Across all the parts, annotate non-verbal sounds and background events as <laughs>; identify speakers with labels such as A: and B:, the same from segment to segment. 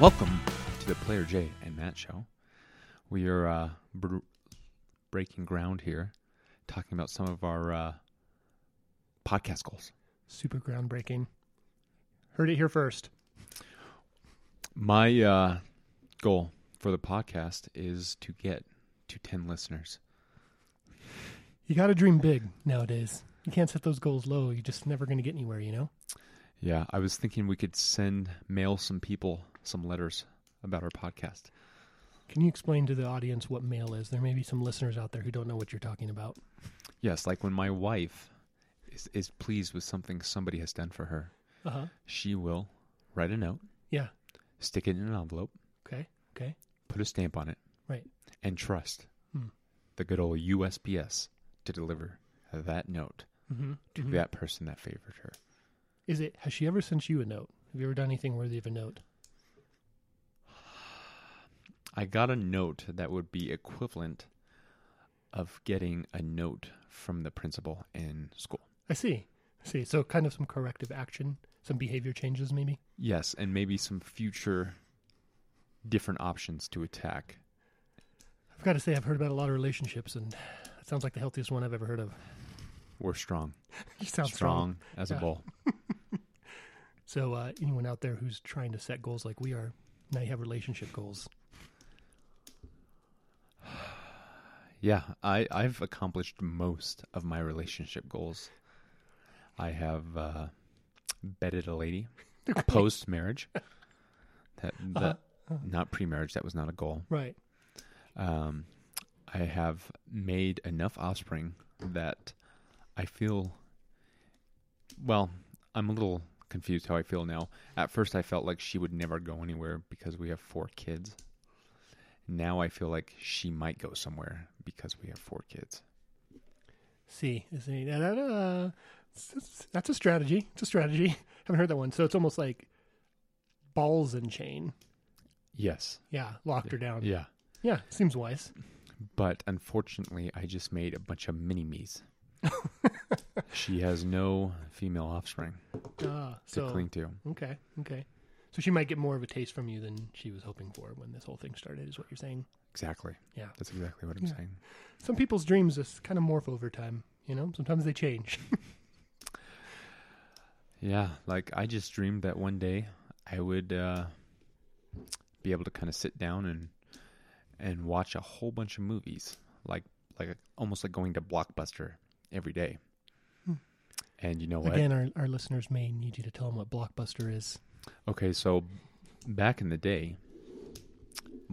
A: Welcome to the Player J and Matt Show. We are uh, br- breaking ground here, talking about some of our uh, podcast goals.
B: Super groundbreaking. Heard it here first.
A: My uh, goal for the podcast is to get to 10 listeners.
B: You got to dream big nowadays. You can't set those goals low. You're just never going to get anywhere, you know?
A: Yeah, I was thinking we could send mail some people some letters about our podcast.
B: Can you explain to the audience what mail is? There may be some listeners out there who don't know what you're talking about.
A: Yes, like when my wife is, is pleased with something somebody has done for her,
B: Uh huh.
A: she will write a note,
B: Yeah.
A: stick it in an envelope,
B: Okay. Okay.
A: put a stamp on it,
B: Right.
A: and trust
B: Hmm.
A: the good old USPS to deliver that note
B: Mm-hmm.
A: to that person that favored her.
B: Is it? Has she ever sent you a note? Have you ever done anything worthy of a note?
A: I got a note that would be equivalent of getting a note from the principal in school.
B: I see. I see. So kind of some corrective action, some behavior changes, maybe.
A: Yes, and maybe some future different options to attack.
B: I've got to say, I've heard about a lot of relationships, and it sounds like the healthiest one I've ever heard of. <laughs>
A: We're strong,
B: You sound
A: strong
B: strong.
A: as a
B: Yeah.
A: bull.
B: So uh, anyone out there who's trying to set goals like we are, now you have relationship goals.
A: Yeah, I, I've accomplished most of my relationship goals. I have uh, bedded a lady post marriage. That, that not pre marriage. That was not a goal.
B: Right.
A: Um, I have made enough offspring that I feel. Well, I'm a little confused how I feel now. At first, I felt like she would never go anywhere because we have four kids. Now I feel like she might go somewhere because we have four kids.
B: See, is it, uh, uh, s- s- that's a strategy. It's a strategy. <laughs> Haven't heard that one. So it's almost like balls and chain.
A: Yes.
B: Yeah, locked her down.
A: Yeah.
B: Yeah, seems wise.
A: But unfortunately, I just made a bunch of mini
B: <laughs>
A: me's. she has no female offspring
B: Uh,
A: to
B: so
A: cling to.
B: okay, okay. So she might get more of a taste from you than she was hoping for when this whole thing started. Is what you're saying?
A: Exactly.
B: Yeah.
A: That's exactly what I'm
B: Yeah.
A: saying.
B: Some people's dreams just kind of morph over time. You know, sometimes they change.
A: Yeah, like I just dreamed that one day I would uh, be able to kind of sit down and and watch a whole bunch of movies, like like almost like going to Blockbuster every day. And you know what?
B: Again, our, our listeners may need you to tell them what Blockbuster is.
A: Okay, so back in the day,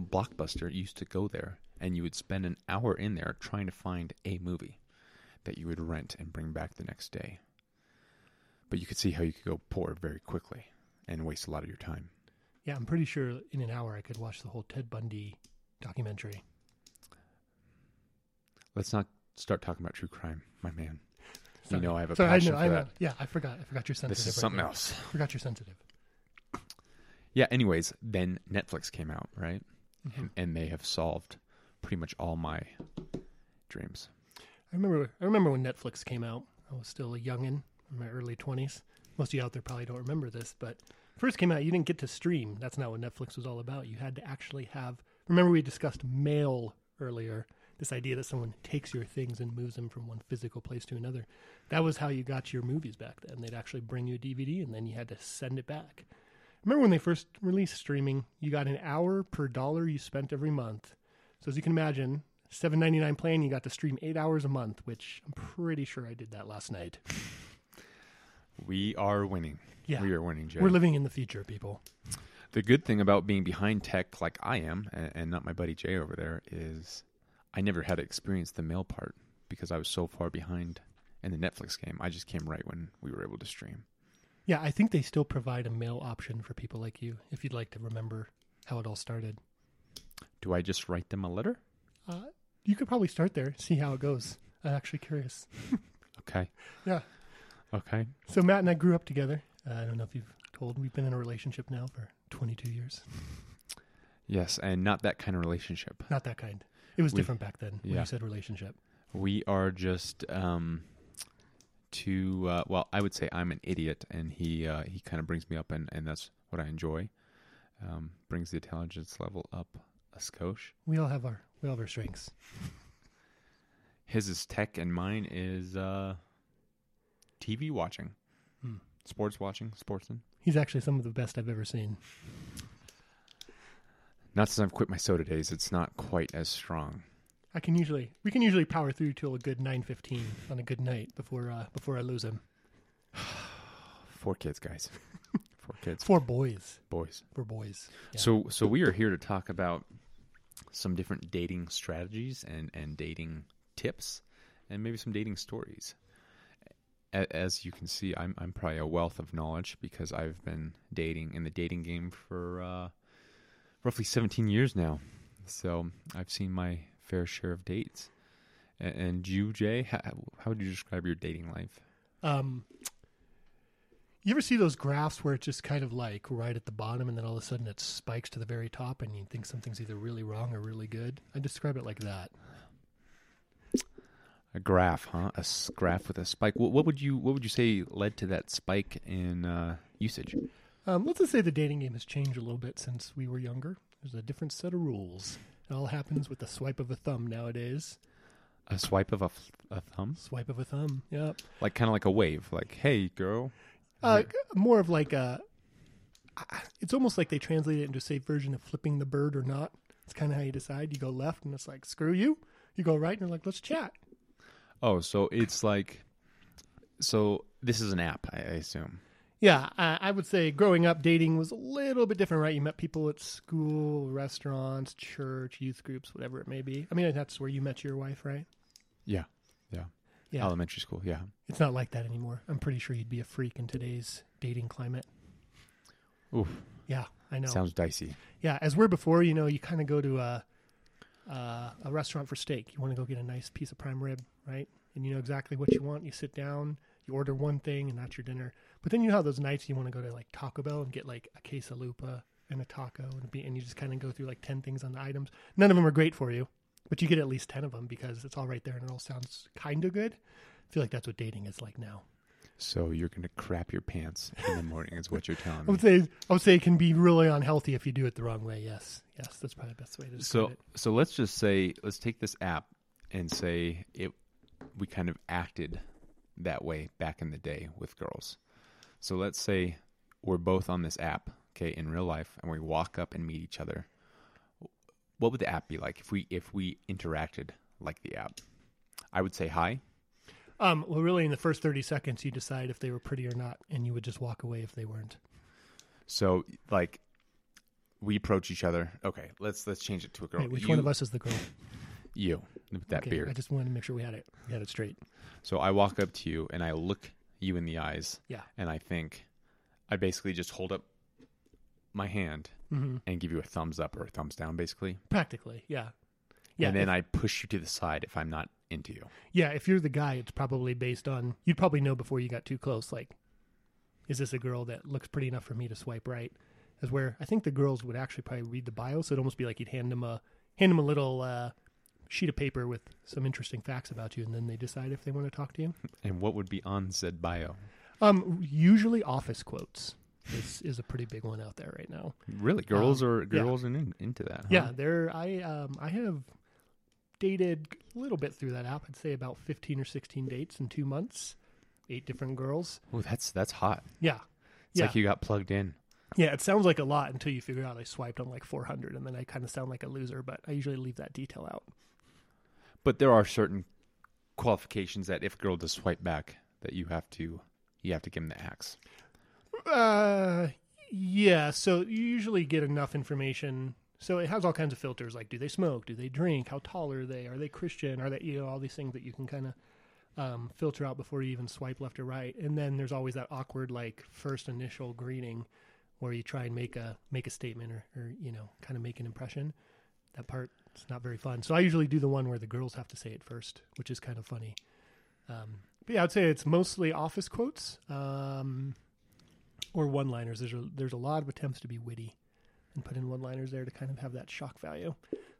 A: Blockbuster used to go there and you would spend an hour in there trying to find a movie that you would rent and bring back the next day. But you could see how you could go poor very quickly and waste a lot of your time.
B: Yeah, I'm pretty sure in an hour I could watch the whole Ted Bundy documentary.
A: Let's not start talking about true crime, my man. You know I have a
B: Sorry,
A: passion
B: I know,
A: for
B: I know.
A: that.
B: Yeah, I forgot. I forgot you're sensitive.
A: This is
B: right
A: something
B: there.
A: else.
B: I forgot you're sensitive.
A: Yeah, anyways, then Netflix came out, right?
B: Mm-hmm.
A: And, and they have solved pretty much all my dreams.
B: I remember. I remember when Netflix came out. I was still a youngin in my early 20s. Most of you out there probably don't remember this, but first came out, you didn't get to stream. That's not what Netflix was all about. You had to actually have. Remember, we discussed mail earlier. This idea that someone takes your things and moves them from one physical place to another. That was how you got your movies back then. They'd actually bring you a DVD and then you had to send it back. Remember when they first released streaming, you got an hour per dollar you spent every month. So as you can imagine, 7.99 plan, you got to stream 8 hours a month, which I'm pretty sure I did that last night.
A: We are winning.
B: Yeah.
A: We are winning, Jay.
B: We're living in the future, people.
A: The good thing about being behind tech like I am, and, and not my buddy Jay over there, is I never had to experience the mail part because I was so far behind in the Netflix game. I just came right when we were able to stream.
B: Yeah, I think they still provide a mail option for people like you if you'd like to remember how it all started.
A: Do I just write them a letter?
B: Uh, you could probably start there, see how it goes. I'm actually curious.
A: Okay.
B: Yeah.
A: Okay.
B: So Matt and I grew up together. Uh, I don't know if you've told, we've been in a relationship now for 22 years.
A: Yes, and not that kind of relationship.
B: Not that kind. It was
A: We-
B: different back then when
A: yeah.
B: you said relationship.
A: We are just um to uh, well, I would say I'm an idiot and he uh, he kind of brings me up and and that's what I enjoy. um, brings the intelligence level up a skosh.
B: We all have our we all have our strengths.
A: His is tech, and mine is uh, TV watching,
B: Hmm.
A: sports watching, sportsman.
B: He's actually some of the best I've ever seen.
A: Not since I've quit my soda days, it's not quite as strong.
B: I can usually we can usually power through till a good nine fifteen on a good night before uh, before I lose him.
A: Four kids, guys. <laughs> Four kids,
B: Four boys,
A: boys.
B: four boys. Yeah.
A: So, so we are here to talk about some different dating strategies and and dating tips, and maybe some dating stories. A- As you can see, I'm I'm probably a wealth of knowledge because I've been dating in the dating game for uh, roughly 17 years now. So I've seen my fair share of dates. A- And you, Jay, how, how would you describe your dating life?
B: Um, you ever see those graphs where it's just kind of like right at the bottom and then all of a sudden it spikes to the very top and you think something's either really wrong or really good? I describe it like that.
A: A graph, huh? A s- graph with a spike. What, what would you What would you say led to that spike in uh, usage?
B: Um, let's just say the dating game has changed a little bit since we were younger. There's a different set of rules. It all happens with the swipe of a thumb nowadays.
A: A swipe of a, f- a thumb,
B: Swipe of a thumb. Yep.
A: like kind of like a wave, like "Hey, girl."
B: Uh, more of like a. It's almost like they translate it into a safe version of flipping the bird or not. It's kind of how you decide. You go left, and it's like screw you. You go right, and they're like let's chat.
A: Oh, so it's like, so this is an app, I, I assume.
B: Yeah, I, I would say growing up, dating was a little bit different, right? You met people at school, restaurants, church, youth groups, whatever it may be. I mean, that's where you met your wife, right?
A: Yeah, yeah,
B: Yeah.
A: Elementary school, yeah.
B: It's not like that anymore. I'm pretty sure you'd be a freak in today's dating climate.
A: Oof,
B: Yeah, I know.
A: sounds dicey.
B: yeah, as we're before, you know, you kind of go to a uh, a restaurant for steak. You want to go get a nice piece of prime rib, right? And you know exactly what you want. You sit down, you order one thing, and that's your dinner. But then you know how those nights you want to go to like Taco Bell and get like a quesalupa and a taco, and, a be- and you just kind of go through like ten things on the items. None of them are great for you, but you get at least ten of them because it's all right there and it all sounds kind of good. I feel like that's what dating is like now.
A: So you're gonna crap your pants in the morning, is what you're
B: <laughs>
A: telling
B: I
A: me.
B: would say I would say it can be really unhealthy if you do it the wrong way. Yes, yes, that's probably the best way to describe
A: so
B: it.
A: so let's just say let's take this app and say it we kind of acted that way back in the day with girls so let's say we're both on this app okay in real life and we walk up and meet each other what would the app be like if we if we interacted like the app i would say hi
B: Um, well, really, in the first thirty seconds, you decide if they were pretty or not, and you would just walk away if they weren't.
A: so like we approach each other okay let's let's change it to a girl
B: Wait, which
A: you,
B: one of us is the girl?
A: you with <laughs> that
B: okay,
A: beard
B: I just wanted to make sure we had it. We had it straight.
A: So I walk up to you and I look you in the eyes.
B: Yeah.
A: And I think I basically just hold up my hand
B: Mm-hmm.
A: and give you a thumbs up or a thumbs down, basically.
B: Practically, yeah, yeah.
A: and then
B: if,
A: I push you to the side if I'm not into you.
B: yeah, if you're the guy, it's probably based on you'd probably know before you got too close. Like, is this a girl that looks pretty enough for me to swipe right? Is where I think the girls would actually probably read the bio, so it'd almost be like you'd hand them a hand them a little uh, sheet of paper with some interesting facts about you, and then they decide if they want to talk to you.
A: And what would be on said bio?
B: Um, usually office quotes is, is a pretty big one out there right now.
A: Really, girls are
B: Um, yeah.
A: girls are in, into that. huh?
B: Yeah, there I um I have dated a little bit through that app. I'd say about fifteen or sixteen dates in two months, eight different girls.
A: Ooh, that's that's hot.
B: Yeah,
A: It's
B: yeah,
A: like you got plugged in.
B: yeah. It sounds like a lot until you figure out I swiped on like four hundred, and then I kind of sound like a loser. But I usually leave that detail out.
A: But there are certain qualifications that if girl does swipe back, that you have to you have to give them the axe.
B: Uh, yeah. So you usually get enough information. So it has all kinds of filters, like do they smoke, do they drink, how tall are they, are they Christian, are they you know all these things that you can kind of um, filter out before you even swipe left or right. And then there's always that awkward like first initial greeting, where you try and make a make a statement or, or you know kind of make an impression. That part it's not very fun. So I usually do the one where the girls have to say it first, which is kind of funny. Um, but yeah, I'd say it's mostly office quotes. Um, or one-liners. There's a, there's a lot of attempts to be witty and put in one-liners there to kind of have that shock value.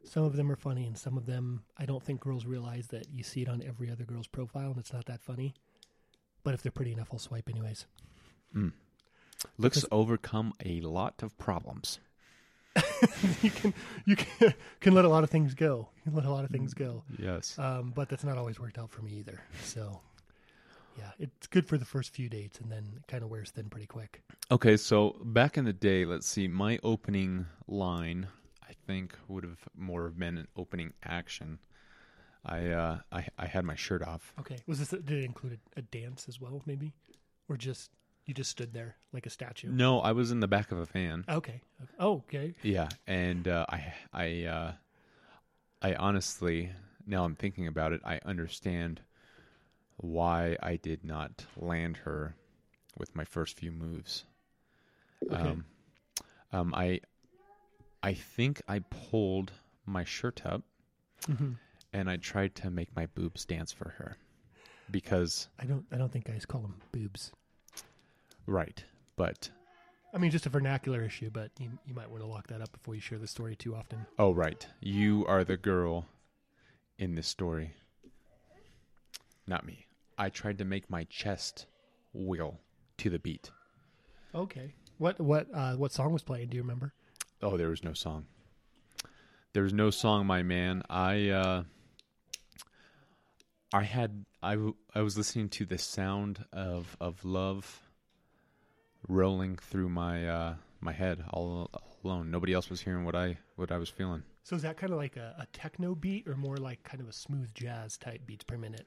B: Some of them are funny, and some of them I don't think girls realize that you see it on every other girl's profile, and it's not that funny. But if they're pretty enough, I'll swipe anyways.
A: Looks overcome a lot of problems.
B: you can you <laughs> can, can let a lot of things go. You can let a lot of things go.
A: Yes.
B: Um, but that's not always worked out for me either. So yeah, it's good for the first few dates and then it kind of wears thin pretty quick.
A: Okay, so back in the day, let's see, my opening line, I think, would have more been an opening action. I uh, I, I had my shirt off.
B: Okay. Was this did it include a, a dance as well maybe? Or just you just stood there like a statue?
A: No, I was in the back of a van.
B: Okay. Oh, okay.
A: Yeah, and uh, I I uh, I honestly now I'm thinking about it, I understand why I did not land her with my first few moves.
B: Okay.
A: Um, um, I I think I pulled my shirt up
B: Mhm.
A: and I tried to make my boobs dance for her because
B: I don't I don't think guys call them boobs.
A: right, but
B: I mean, just a vernacular issue, but you, you might want to lock that up before you share the story too often.
A: oh right, you are the girl in this story, not me. I tried to make my chest wiggle to the beat.
B: Okay. What what uh, what song was playing? Do you remember?
A: Oh, there was no song. There was no song, my man. I uh, I had I w- I was listening to the sound of of love rolling through my uh, my head all alone. Nobody else was hearing what I what I was feeling.
B: So is that kind of like a, a techno beat, or more like kind of a smooth jazz type beats per minute?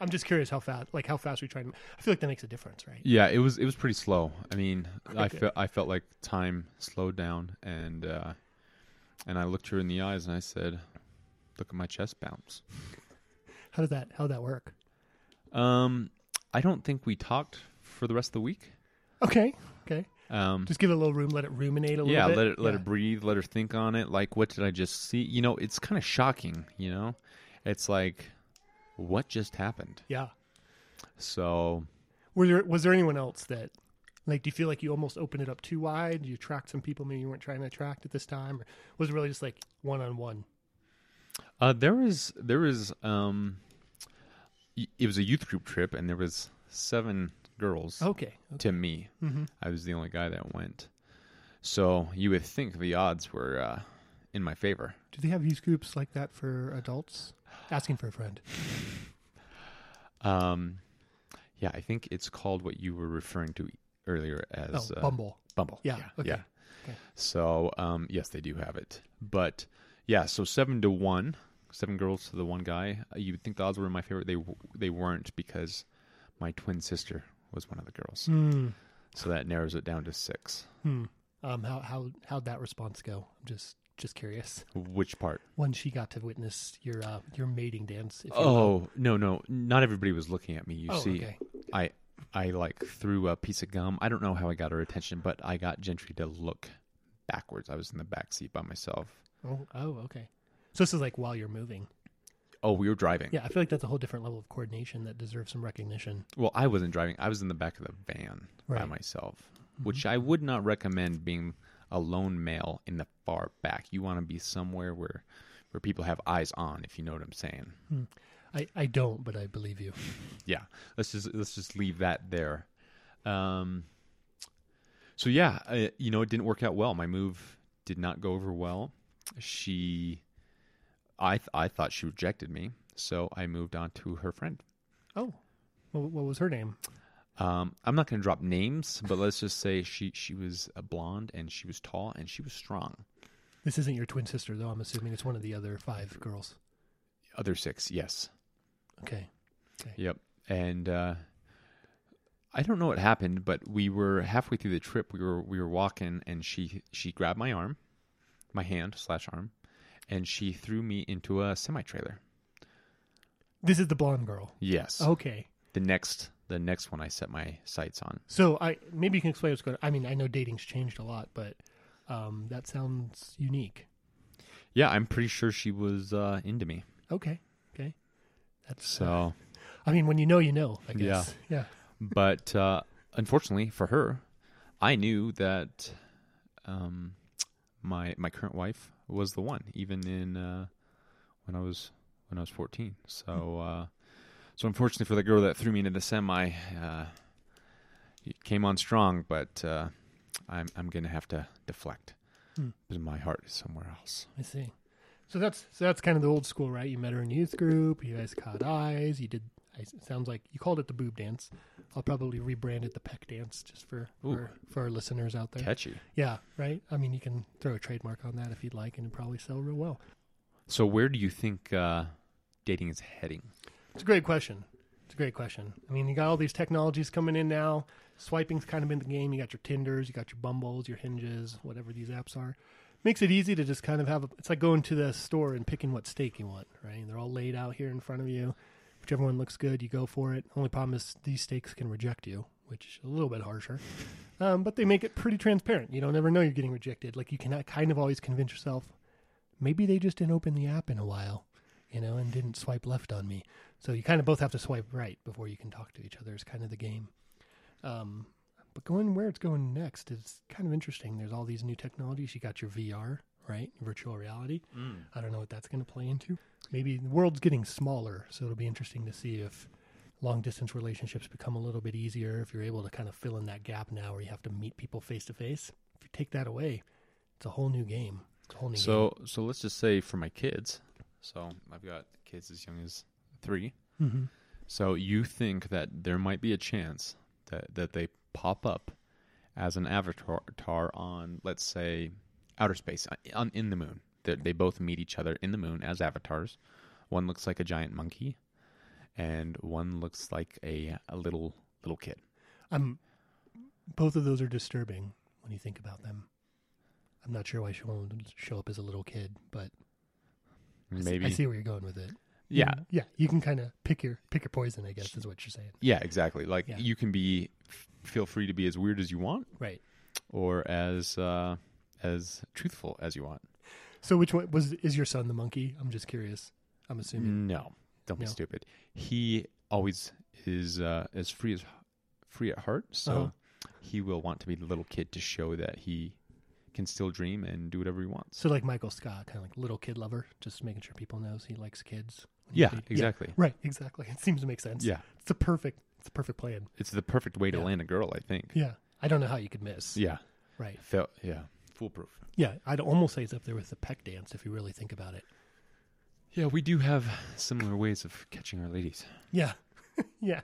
B: I'm just curious how fast, like how fast we try to. I feel like that makes a difference, right?
A: Yeah, it was it was pretty slow. I mean, I
B: Okay.
A: felt I felt like time slowed down, and uh, and I looked her in the eyes and I said, "Look at my chest bounce."
B: How does that how would that work?
A: Um, I don't think we talked for the rest of the week.
B: Okay, okay.
A: Um,
B: Just give it a little room, let it ruminate a little
A: yeah,
B: bit.
A: let it let
B: Yeah.
A: it breathe, let her think on it. Like, what did I just see? You know, it's kind of shocking. You know, it's like, what just happened?
B: Yeah.
A: So,
B: Were there was there anyone else that, like, do you feel like you almost opened it up too wide? You attract some people maybe you weren't trying to attract at this time, or was it really just like one on one?
A: uh, there was there was um, y- it was a youth group trip, and there was seven girls
B: Okay.
A: to me.
B: Mm-hmm.
A: I was the only guy that went. So you would think the odds were uh, in my favor.
B: Do they have youth groups like that for adults? Asking for a friend.
A: Um, yeah, I think it's called what you were referring to earlier as
B: oh,
A: uh,
B: Bumble.
A: Bumble.
B: Yeah, okay.
A: Yeah.
B: Okay.
A: So, um, yes, they do have it. But yeah, so seven to one, seven girls to the one guy. Uh, You would think the odds were in my favor. They w- they weren't because my twin sister was one of the girls.
B: Hmm.
A: So that narrows it down to six.
B: Hmm. Um. How how how'd that response go? I'm just just curious.
A: Which part?
B: When she got to witness your uh your mating dance. If you will.
A: Oh no, no, not everybody was looking at me. You
B: Oh,
A: see,
B: okay.
A: I I like threw a piece of gum. I don't know how I got her attention, but I got Gentry to look backwards. I was in the back seat by myself.
B: Oh, oh, okay. So this is like while you're moving.
A: Oh, we were driving.
B: Yeah, I feel like that's a whole different level of coordination that deserves some recognition.
A: Well, I wasn't driving. I was in the back of the van by
B: Right. Mm-hmm.
A: myself, which I would not recommend being a lone male in the far back. You want to be somewhere where where people have eyes on, if you know what I'm saying.
B: I I don't, but I believe you.
A: Yeah. Let's just let's just leave that there. Um so yeah, uh, you know, it didn't work out well. My move did not go over well. She I th- I thought she rejected me, so I moved on to her friend.
B: Oh, well, what was her name?
A: Um, I'm not going to drop names, but let's just say she she was a blonde and she was tall and she was strong.
B: This isn't your twin sister, though. I'm assuming it's one of the other five girls.
A: Other six, yes,
B: Okay.
A: yep. And uh, I don't know what happened, but we were halfway through the trip. We were we were walking, and she she grabbed my arm, my hand slash arm, and she threw me into a semi trailer.
B: This is the blonde girl.
A: Yes,
B: Okay.
A: Oh. the next the next one I set my sights on.
B: So I maybe you can explain what's going. on. I mean, I know dating's changed a lot, but um, that sounds unique.
A: Yeah, I'm pretty sure she was uh, into me.
B: Okay. Okay. That's
A: So.
B: I mean, when you know, you know. I guess. Yeah.
A: but uh, unfortunately for her, I knew that um, my my current wife was the one, even in uh, when I was when I was fourteen.
B: Hmm.
A: So uh, so unfortunately for the girl that threw me into the semi, uh, it came on strong, but uh, I'm I'm gonna have to deflect.
B: Hmm.
A: but my heart is somewhere else.
B: I see. So that's so that's kind of the old school, right? You met her in youth group. You guys caught eyes. You did. I- It sounds like you called it the boob dance. I'll probably rebrand it the peck dance just for
A: Ooh.
B: for, for our listeners out there.
A: Catchy.
B: Yeah, right. I mean, you can throw a trademark on that if you'd like, and it'd probably sell real well.
A: So where do you think uh, dating is heading?
B: It's a great question. It's a great question. I mean, you got all these technologies coming in now. Swiping's kind of been the game. You got your Tinders, you got your Bumbles, your Hinges, whatever these apps are. Makes it easy to just kind of have a, it's like going to the store and picking what steak you want, right? They're all laid out here in front of you. Whichever one looks good, you go for it. Only problem is these steaks can reject you, which is a little bit harsher. Um, but they make it pretty transparent. You don't ever know you're getting rejected. Like you cannot kind of always convince yourself, maybe they just didn't open the app in a while, you know, and didn't swipe left on me. So you kind of both have to swipe right before you can talk to each other. Is kind of the game. Um, but going where it's going next is kind of interesting. There's all these new technologies. You got your VR, right? Virtual reality. I don't know what that's going to play into. Maybe the world's getting smaller, so it'll be interesting to see if long distance relationships become a little bit easier. If you're able to kind of fill in that gap now, where you have to meet people face to face. If you take that away, it's a whole new game. It's a whole new game.
A: So so let's just say for my kids. So I've got kids as young as three.
B: Mhm.
A: So you think that there might be a chance that that they pop up as an avatar on, let's say, outer space uh, on in the moon. That they both meet each other in the moon as avatars. One looks like a giant monkey, and one looks like a, a little little kid.
B: I'm. Both of those are disturbing when you think about them. I'm not sure why she won't show up as a little kid, but I s-
A: Maybe,
B: I see where you're going with it.
A: yeah,
B: Mm, yeah. You can kind of pick your pick your poison, I guess, is what you're saying.
A: yeah, exactly. Like
B: Yeah.
A: you can be, f- feel free to be as weird as you want,
B: Right.
A: or as uh, as truthful as you want.
B: So, which one was is your son the monkey? I'm just curious. I'm assuming.
A: No, don't be
B: No.
A: stupid. He always is uh, as free as free at heart, so
B: Uh-huh.
A: he will want to be the little kid to show that he can still dream and do whatever he wants.
B: So, like Michael Scott, kind of like little kid lover, just making sure people knows he likes kids. when he
A: Yeah,
B: feed-
A: exactly.
B: Right. Exactly. It seems to make sense.
A: Yeah.
B: It's the perfect. It's the perfect plan.
A: it's the perfect way to
B: Yeah.
A: land a girl, I think.
B: Yeah. I don't know how you could miss.
A: Yeah,
B: Right.
A: Felt, yeah, foolproof.
B: Yeah. I'd almost say it's up there with the peck dance if you really think about it.
A: Yeah, we do have similar ways of catching our ladies.
B: Yeah. <laughs> yeah.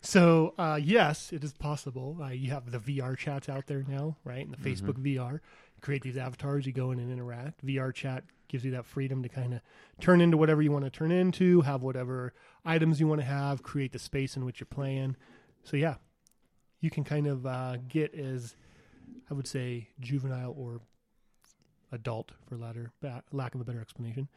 B: So, uh, yes, it is possible. Uh, you have the VR chats out there now, right? And the Facebook VR. Create these avatars, you go in and interact. VR chat gives you that freedom to kind of turn into whatever you want to turn into, have whatever items you want to have, create the space in which you're playing. So, yeah, you can kind of uh, get as, I would say, juvenile or adult, for latter, ba- lack of a better explanation,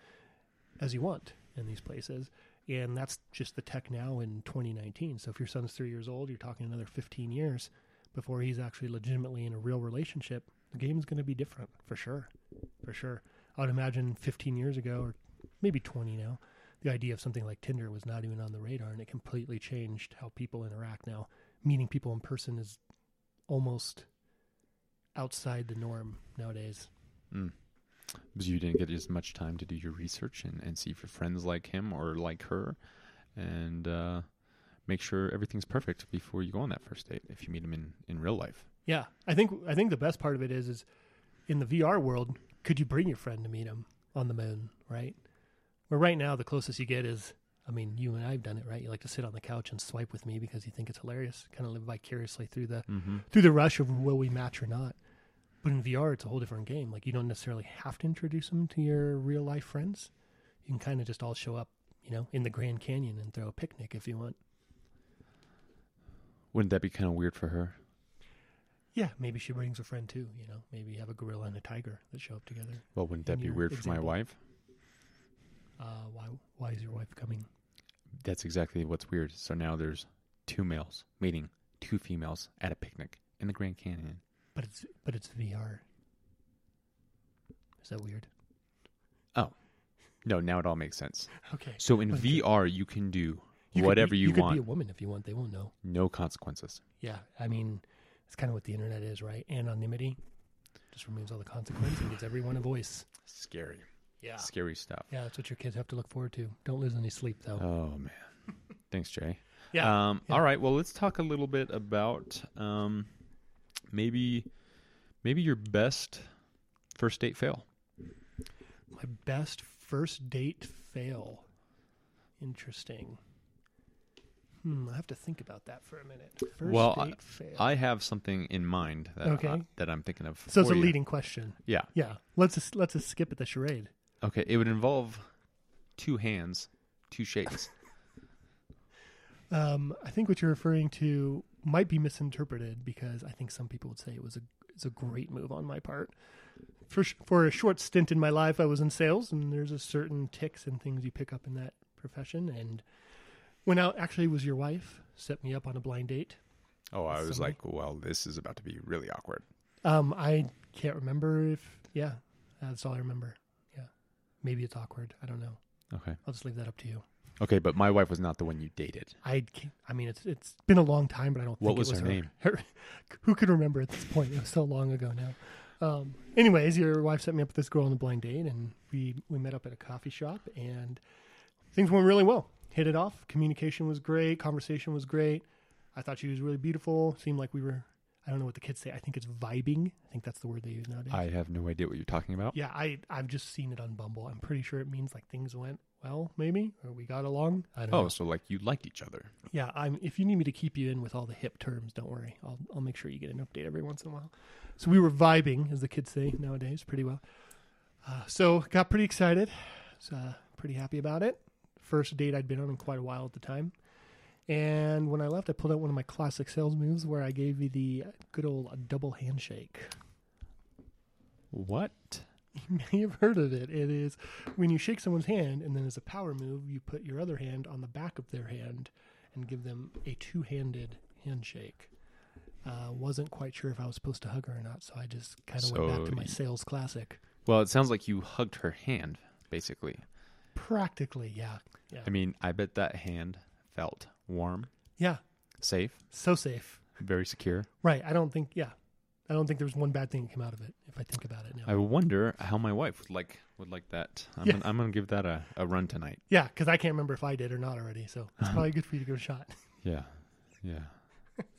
B: as you want in these places. And that's just the tech now in 2019. So if your son's three years old, you're talking another 15 years before he's actually legitimately in a real relationship. The game's going to be different for sure. For sure. I would imagine 15 years ago, or maybe 20 now, the idea of something like Tinder was not even on the radar and it completely changed how people interact now. Meeting people in person is almost outside the norm nowadays.
A: Mm. Because you didn't get as much time to do your research and, and see if your friends like him or like her, and uh, make sure everything's perfect before you go on that first date if you meet him in, in real life.
B: Yeah, I think I think the best part of it is is in the VR world, could you bring your friend to meet him on the moon, right? Where right now the closest you get is, I mean, you and I've done it, right? You like to sit on the couch and swipe with me because you think it's hilarious, kind of live vicariously through the
A: Mm-hmm.
B: through the rush of will we match or not. But in VR, it's a whole different game. Like you don't necessarily have to introduce them to your real life friends. You can kind of just all show up, you know, in the Grand Canyon and throw a picnic if you want.
A: Wouldn't that be kind of weird for her?
B: Yeah, maybe she brings a friend too. You know, maybe you have a gorilla and a tiger that show up together.
A: Well, wouldn't
B: In
A: that be
B: your
A: weird for
B: example.
A: my wife?
B: Uh, why? Why is your wife coming?
A: That's exactly what's weird. So now there's two males meeting two females at a picnic in the Grand Canyon.
B: But it's but it's VR. Is that weird?
A: No, now it all makes sense.
B: Okay.
A: So in
B: Okay.
A: VR, you can do
B: could
A: whatever
B: be,
A: you,
B: could
A: want,
B: be a woman if you want. They won't know.
A: no consequences.
B: Yeah, I mean, it's kind of what the internet is, right? Anonymity just removes all the consequence and gives everyone a voice.
A: Scary,
B: Yeah.
A: scary stuff.
B: Yeah, that's what your kids have to look forward to. Don't lose any sleep though.
A: Oh man, thanks, Jay.
B: <laughs> yeah.
A: Um,
B: yeah.
A: All right. Well, let's talk a little bit about um, maybe maybe your best First date fail.
B: My best first date fail. Interesting. Hmm, I have to think about that for a minute. First
A: Well, I-
B: date fail.
A: I have something in mind that, I,
B: Okay.
A: that I'm thinking of.
B: so it's a
A: for you.
B: leading question.
A: Yeah.
B: Yeah, let's just, let's just skip at the charade.
A: Okay. It would involve two hands, two
B: <laughs>
A: shakes.
B: Um, I think what you're referring to might be misinterpreted because I think some people would say it was a it's a great move on my part. For sh- for a short stint in my life, I was in sales, and there's a certain ticks and things you pick up in that profession. And when out actually was your wife set me up on a blind date.
C: Oh, I was
B: Somebody-
C: like, well, this is about to be really awkward.
B: Um, I can't remember if yeah, that's all I remember. Yeah, maybe it's awkward. I don't know.
A: okay.
B: I'll just leave that up to you.
A: Okay, but my wife was not the one you dated.
B: I can't- I mean it's it's been a long time, but I don't.
A: What
B: think
A: was
B: it was
A: her name?
B: her- <laughs> who could remember at this point? It was so long ago now. Um, anyways, your wife set me up with this girl on a blind date, and we we met up at a coffee shop, and things went really well. Hit it off. Communication was great. Conversation was great. I thought she was really beautiful. Seemed like we were. I don't know what the kids say. I think it's vibing. I think that's the word they use nowadays.
A: I have no idea what you're talking about.
B: Yeah, I I've just seen it on Bumble. I'm pretty sure it means like things went well, maybe, or we got along. I don't know.
C: Oh, so like you liked each other.
B: Yeah, I'm. If you need me to keep you in with all the hip terms, don't worry. I'll I'll make sure you get an update every once in a while. So we were vibing, as the kids say nowadays, pretty well. Uh, so got pretty excited. Was, uh, pretty happy about it. First date I'd been on in quite a while at the time. And when I left, I pulled out one of my classic sales moves where I gave you the good old double handshake.
A: What?
B: You <laughs> may have heard of it. It is when you shake someone's hand, and then as a power move, you put your other hand on the back of their hand and give them a two handed handshake. Uh, wasn't quite sure if I was supposed to hug her or not, so I just kind of went back
A: So
B: to my
A: you-
B: sales classic.
A: Well, it sounds like you hugged her hand, basically.
B: Practically, yeah. Yeah.
A: I mean, I bet that hand felt warm,
B: yeah.
A: safe,
B: So safe.
A: very secure.
B: Right. I don't think, yeah. I don't think there was one bad thing that came out of it, if I think about it now.
A: I wonder how my wife would like would like that. I'm
B: Yeah.
A: gonna, I'm gonna give that a, a run tonight.
B: yeah, because I can't remember if I did or not already, so it's probably good for you to give it a shot.
A: Yeah, yeah.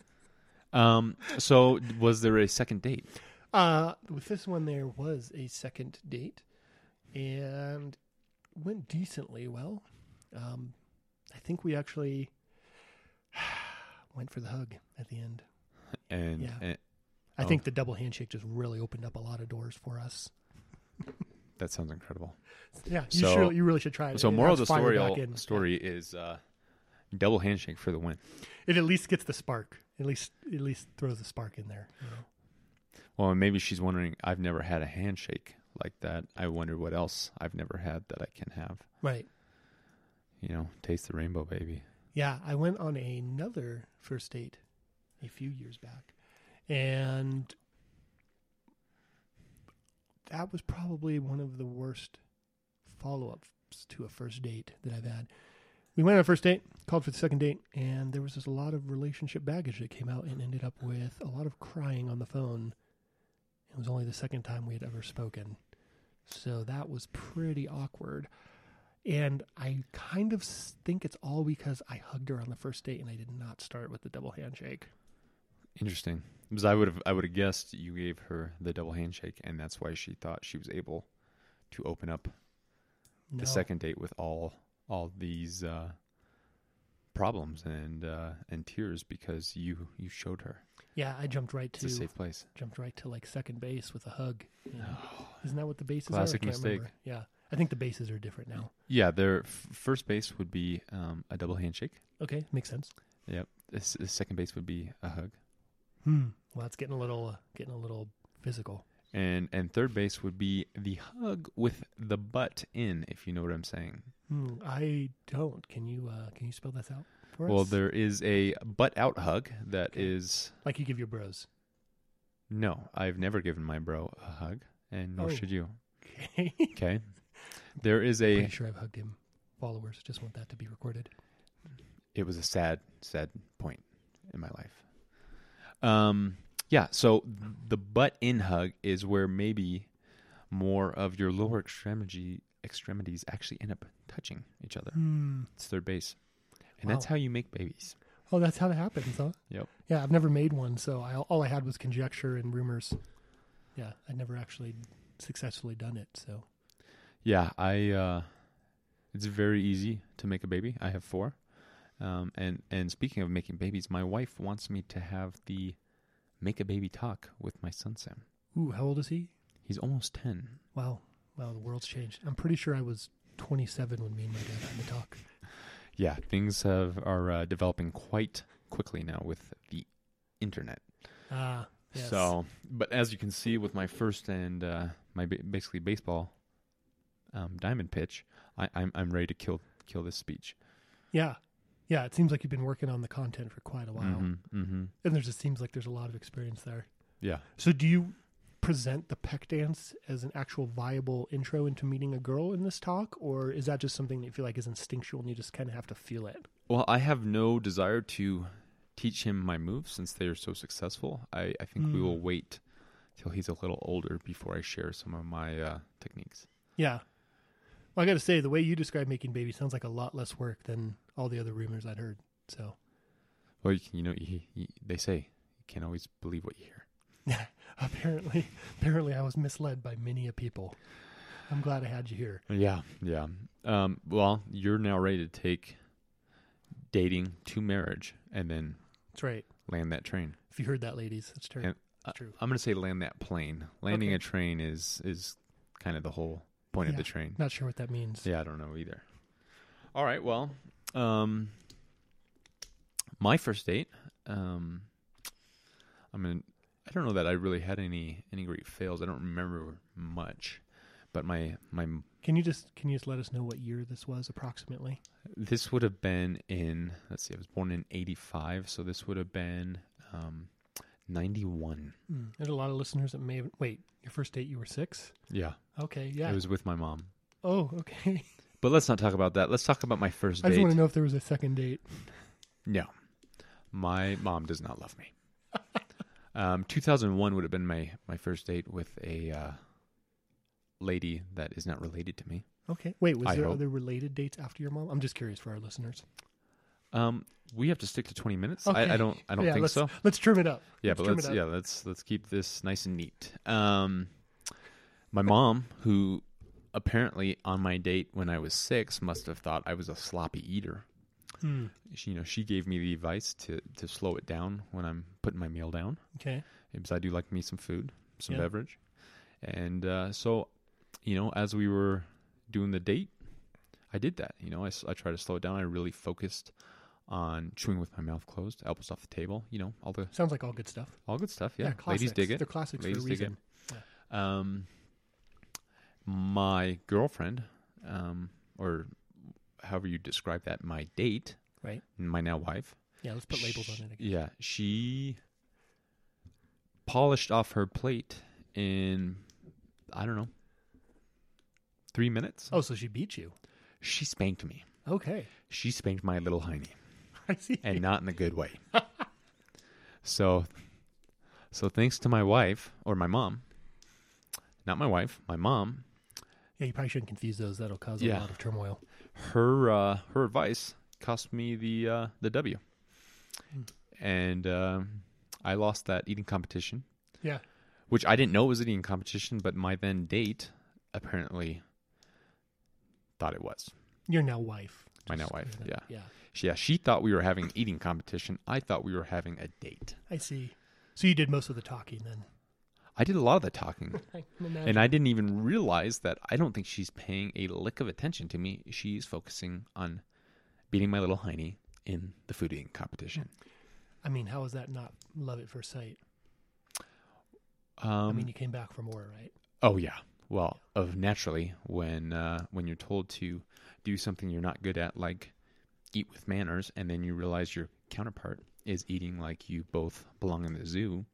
A: <laughs> um. So, was there a second date?
B: Uh, with this one, there was a second date, and went decently well. Um, I think we actually <sighs> went for the hug at the end.
A: And,
B: Yeah.
A: and
B: I
A: Oh.
B: think the double handshake just really opened up a lot of doors for us.
A: that sounds incredible.
B: Yeah, you
A: So-
B: sure you really should try it.
A: So,
B: It
A: moral of
B: adds
A: the
B: fire
A: story
B: back in.
A: story is uh, double handshake for the win.
B: It at least gets the spark. At least at least throws the spark in there. you know?
A: Well, and maybe she's wondering. I've never had a handshake like that. I wonder what else I've never had that I can have.
B: Right.
A: You know, taste the rainbow, baby.
B: Yeah, I went on another first date a few years back, and that was probably one of the worst follow ups to a first date that I've had. We went on a first date, called for the second date, and there was just a lot of relationship baggage that came out and ended up with a lot of crying on the phone. It was only the second time we had ever spoken. So that was pretty awkward. And I kind of s- think it's all because I hugged her on the first date and I did not start with the double handshake.
A: Interesting, because I would have I would have guessed you gave her the double handshake, and that's why she thought she was able to open up
B: No.
A: the second date with all all these uh, problems and uh, and tears because you you showed her
B: Yeah, I jumped right
A: it's a
B: to
A: safe place. <gasps>
B: jumped right to like second base with a hug. you know. Isn't that what the bases
A: Classic
B: are? I can't
A: mistake.
B: remember. Yeah. I think the bases are different now.
A: Yeah, their f- first base would be um, a double handshake.
B: Okay, makes sense.
A: Yep, the s- the second base would be a hug,
B: Hmm. Well, that's getting a little uh, getting a little physical.
A: and and third base would be the hug with the butt in, if you know what I'm saying.
B: Hmm. I don't. Can you uh, can you spell this out for
A: Well,
B: us?
A: there is a butt out hug that is.
B: Okay. like you give your bros. <laughs>
A: No, I've never given my bro a hug, and nor
B: Oh.
A: should you.
B: Okay.
A: Okay. There is a.
B: Pretty sure I've hugged him. Followers just want that to be recorded.
A: It was a sad, sad point in my life. Um. Yeah. So the butt in hug is where maybe more of your lower extremity extremities actually end up touching each other.
B: Hmm.
A: It's third base, and that's
B: Wow.
A: how you make babies.
B: Oh, that's how it happens, huh?
A: Yep.
B: Yeah, I've never made one, so I, all I had was conjecture and rumors. Yeah, I never actually successfully done it. So
A: Yeah, I. Uh, it's very easy to make a baby. I have four, um, and and speaking of making babies, my wife wants me to have the make a baby talk with my son Sam.
B: ooh, how old is he?
A: He's almost ten.
B: Wow, wow, the world's changed. I'm pretty sure I was 27 when me and my dad had the talk.
A: Yeah, things have are uh, developing quite quickly now with the internet.
B: Ah, yes.
A: So, but as you can see with my first and uh, my ba- basically baseball um, diamond pitch, I, I'm I'm ready to kill kill this speech.
B: yeah, yeah. It seems like you've been working on the content for quite a while,
A: Mm-hmm, mm-hmm.
B: and there just seems like there's a lot of experience there.
A: Yeah.
B: So do you present the pec dance as an actual viable intro into meeting a girl in this talk, or is that just something that you feel like is instinctual and you just kind of have to feel it?
A: Well, I have no desire to teach him my moves since they are so successful. I, I think we
B: Mm.
A: will wait till he's a little older before I share some of my uh, techniques.
B: Yeah. Well, I got to say, the way you describe making baby sounds like a lot less work than all the other rumors I'd heard. So, <laughs>
A: Well, you, can- you know, you, you, they say you can't always believe what you hear.
B: apparently, apparently, I was misled by many a people. I'm glad I had you here.
A: Yeah, yeah. Um, well, you're now ready to take dating to marriage and then
B: That's right.
A: land that train.
B: If you heard that, ladies, that's true.
A: And- uh,
B: It's true.
A: I'm going to say land that plane. Landing
B: Okay.
A: a train is is kind of the whole point of
B: Yeah.
A: the train.
B: Not sure what that means.
A: Yeah, I don't know either. All right, well, um, my first date. Um, I mean, I don't know that I really had any any great fails. I don't remember much, but my my
B: Can you just can you just let us know what year this was approximately?
A: this would have been in let's see, I was born in '85, so this would have been um, '91.
B: Mm. There's a lot of listeners that may have, wait. Your first date, you were six.
A: Yeah,
B: Okay, yeah.
A: it was with my mom.
B: oh,
A: <laughs>
B: okay.
A: But let's not talk about that. Let's talk about my first
B: I just want
A: date.
B: to know if there was a second date.
A: No, my mom does not love me. <laughs> um, 2001 would have been my my first date with a uh, lady that is not related to me.
B: Okay. Wait, was
A: I
B: there
A: hope.
B: other related dates after your mom? I'm just curious for our listeners.
A: Um, we have to stick to 20 minutes.
B: Okay.
A: I, I don't. I don't
B: yeah,
A: think
B: let's,
A: so.
B: Let's trim it up.
A: Yeah,
B: let's
A: but
B: trim
A: let's
B: it up.
A: yeah let's let's keep this nice and neat. Um, my mom, who apparently on my date when I was six, must have thought I was a sloppy eater.
B: Hmm.
A: She, you know, she gave me the advice to to slow it down when I'm putting my meal down.
B: Okay.
A: because I do like me some food, some
B: Yeah.
A: beverage. And uh, so, you know, as we were doing the date, I did that. You know, I, s- I tried to slow it down. I really focused on chewing with my mouth closed, elbows off the table, you know, all the
B: Sounds like all good stuff.
A: all good stuff.
B: They're
A: Yeah. Ladies dig
B: classics.
A: it.
B: They're classics
A: Ladies
B: for a
A: dig it.
B: reason.
A: Um, my girlfriend, um, or however you describe that, my date,
B: Right.
A: my now wife,
B: Yeah, let's put labels
A: Sh-
B: on it again.
A: Yeah, she polished off her plate in I don't know three minutes.
B: Oh, so she beat you.
A: She spanked me.
B: Okay. <laughs>
A: She spanked my little hiney,
B: I see.
A: and not in a good
B: <laughs>
A: way. so, so thanks to my wife or my mom, not my wife, my mom.
B: yeah, you probably shouldn't confuse those. That'll cause
A: Yeah.
B: a lot of turmoil.
A: Her uh, her advice cost me the uh, the W,
B: Hmm.
A: and um, I lost that eating competition.
B: Yeah.
A: which I didn't know was an eating competition, but my then date apparently thought it was.
B: Your now wife.
A: My now
B: Just
A: wife,
B: clear that- Yeah.
A: She, yeah, she thought we were having an eating competition. I thought we were having a date.
B: I see. So you did most of the talking then.
A: I did a lot of the
B: <laughs>
A: talking,
B: I can imagine.
A: and I didn't even realize that I don't think she's paying a lick of attention to me. She's focusing on beating my little hiney in the food eating competition.
B: I mean, how is that not love at first sight?
A: Um,
B: I mean, you came back from war, right?
A: Oh yeah. Well, of naturally when uh, when you're told to do something you're not good at, like eat with manners, and then you realize your counterpart is eating like you both belong in the zoo.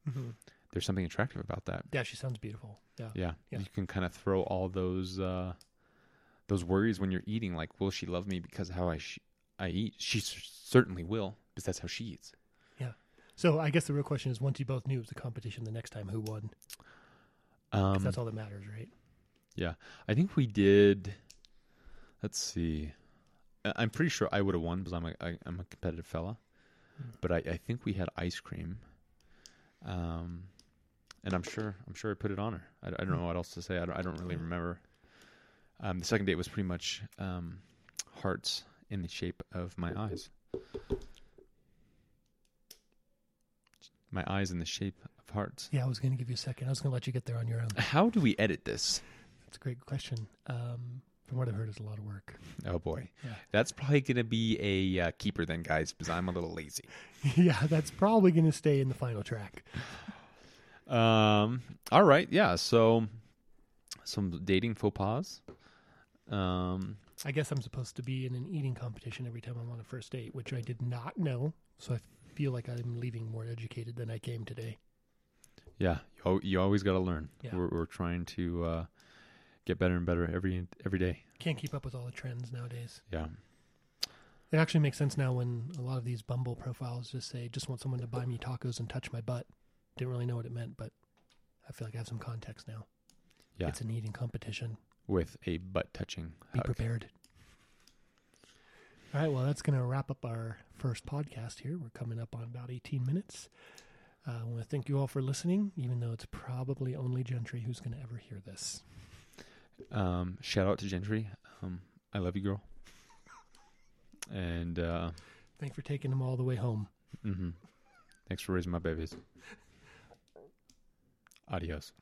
A: There's something attractive about that.
B: Yeah, she sounds beautiful. Yeah.
A: mm-hmm. Yeah,
B: Yeah.
A: you can kind of throw all those uh, those worries when you're eating. Like, will she love me because of how I sh- I eat? She s- certainly will, because that's how she eats.
B: So I guess the real question is once you both knew it was a competition, the next time who won? 'Cause
A: Um,
B: that's all that matters, right?
A: Yeah, I think we did. Let's see. I- I'm pretty sure I would have won because I'm a I, I'm a competitive fella, but I, I think we had ice cream, um, and I'm sure I'm sure I put it on her. I, I don't know what else to say. I don't, I don't really remember. Um, the second date was pretty much um, hearts in the shape of my eyes. My eyes in the shape of hearts.
B: Yeah, I was going to give you a second. I was going to let you get there on your own.
A: How do we edit this?
B: That's a great question. Um, from what I've heard, it's a lot of work. <laughs>
A: Oh boy,
B: Yeah.
A: that's probably gonna be a uh,
C: Keeper then, guys, because I'm a little lazy.
B: yeah, that's probably going to stay in the final track.
A: Um. All right. Yeah. So, some dating faux pas. Um.
B: I guess I'm supposed to be in an eating competition every time I'm on a first date, which I did not know. So I feel like I'm leaving more educated than I came today.
A: Yeah. You, al- you always got to learn.
B: Yeah.
A: We're, we're trying to uh, get better and better every every day.
B: Can't keep up with all the trends nowadays.
A: Yeah.
B: It actually makes sense now when a lot of these Bumble profiles just say, just want someone to buy me tacos and touch my butt. Didn't really know what it meant, but I feel like I have some context now.
A: Yeah.
B: It's an eating competition.
A: With a butt touching.
B: Be prepared. All right, well, that's going to wrap up our first podcast here. We're coming up on about 18 minutes. Uh, I want to thank you all for listening, even though it's probably only Gentry who's going to ever hear this.
A: Um. Shout out to Gentry. Um. I love you, girl. And uh,
B: Thanks for taking them all the way home.
A: mm-hmm. thanks for raising my babies. Adios.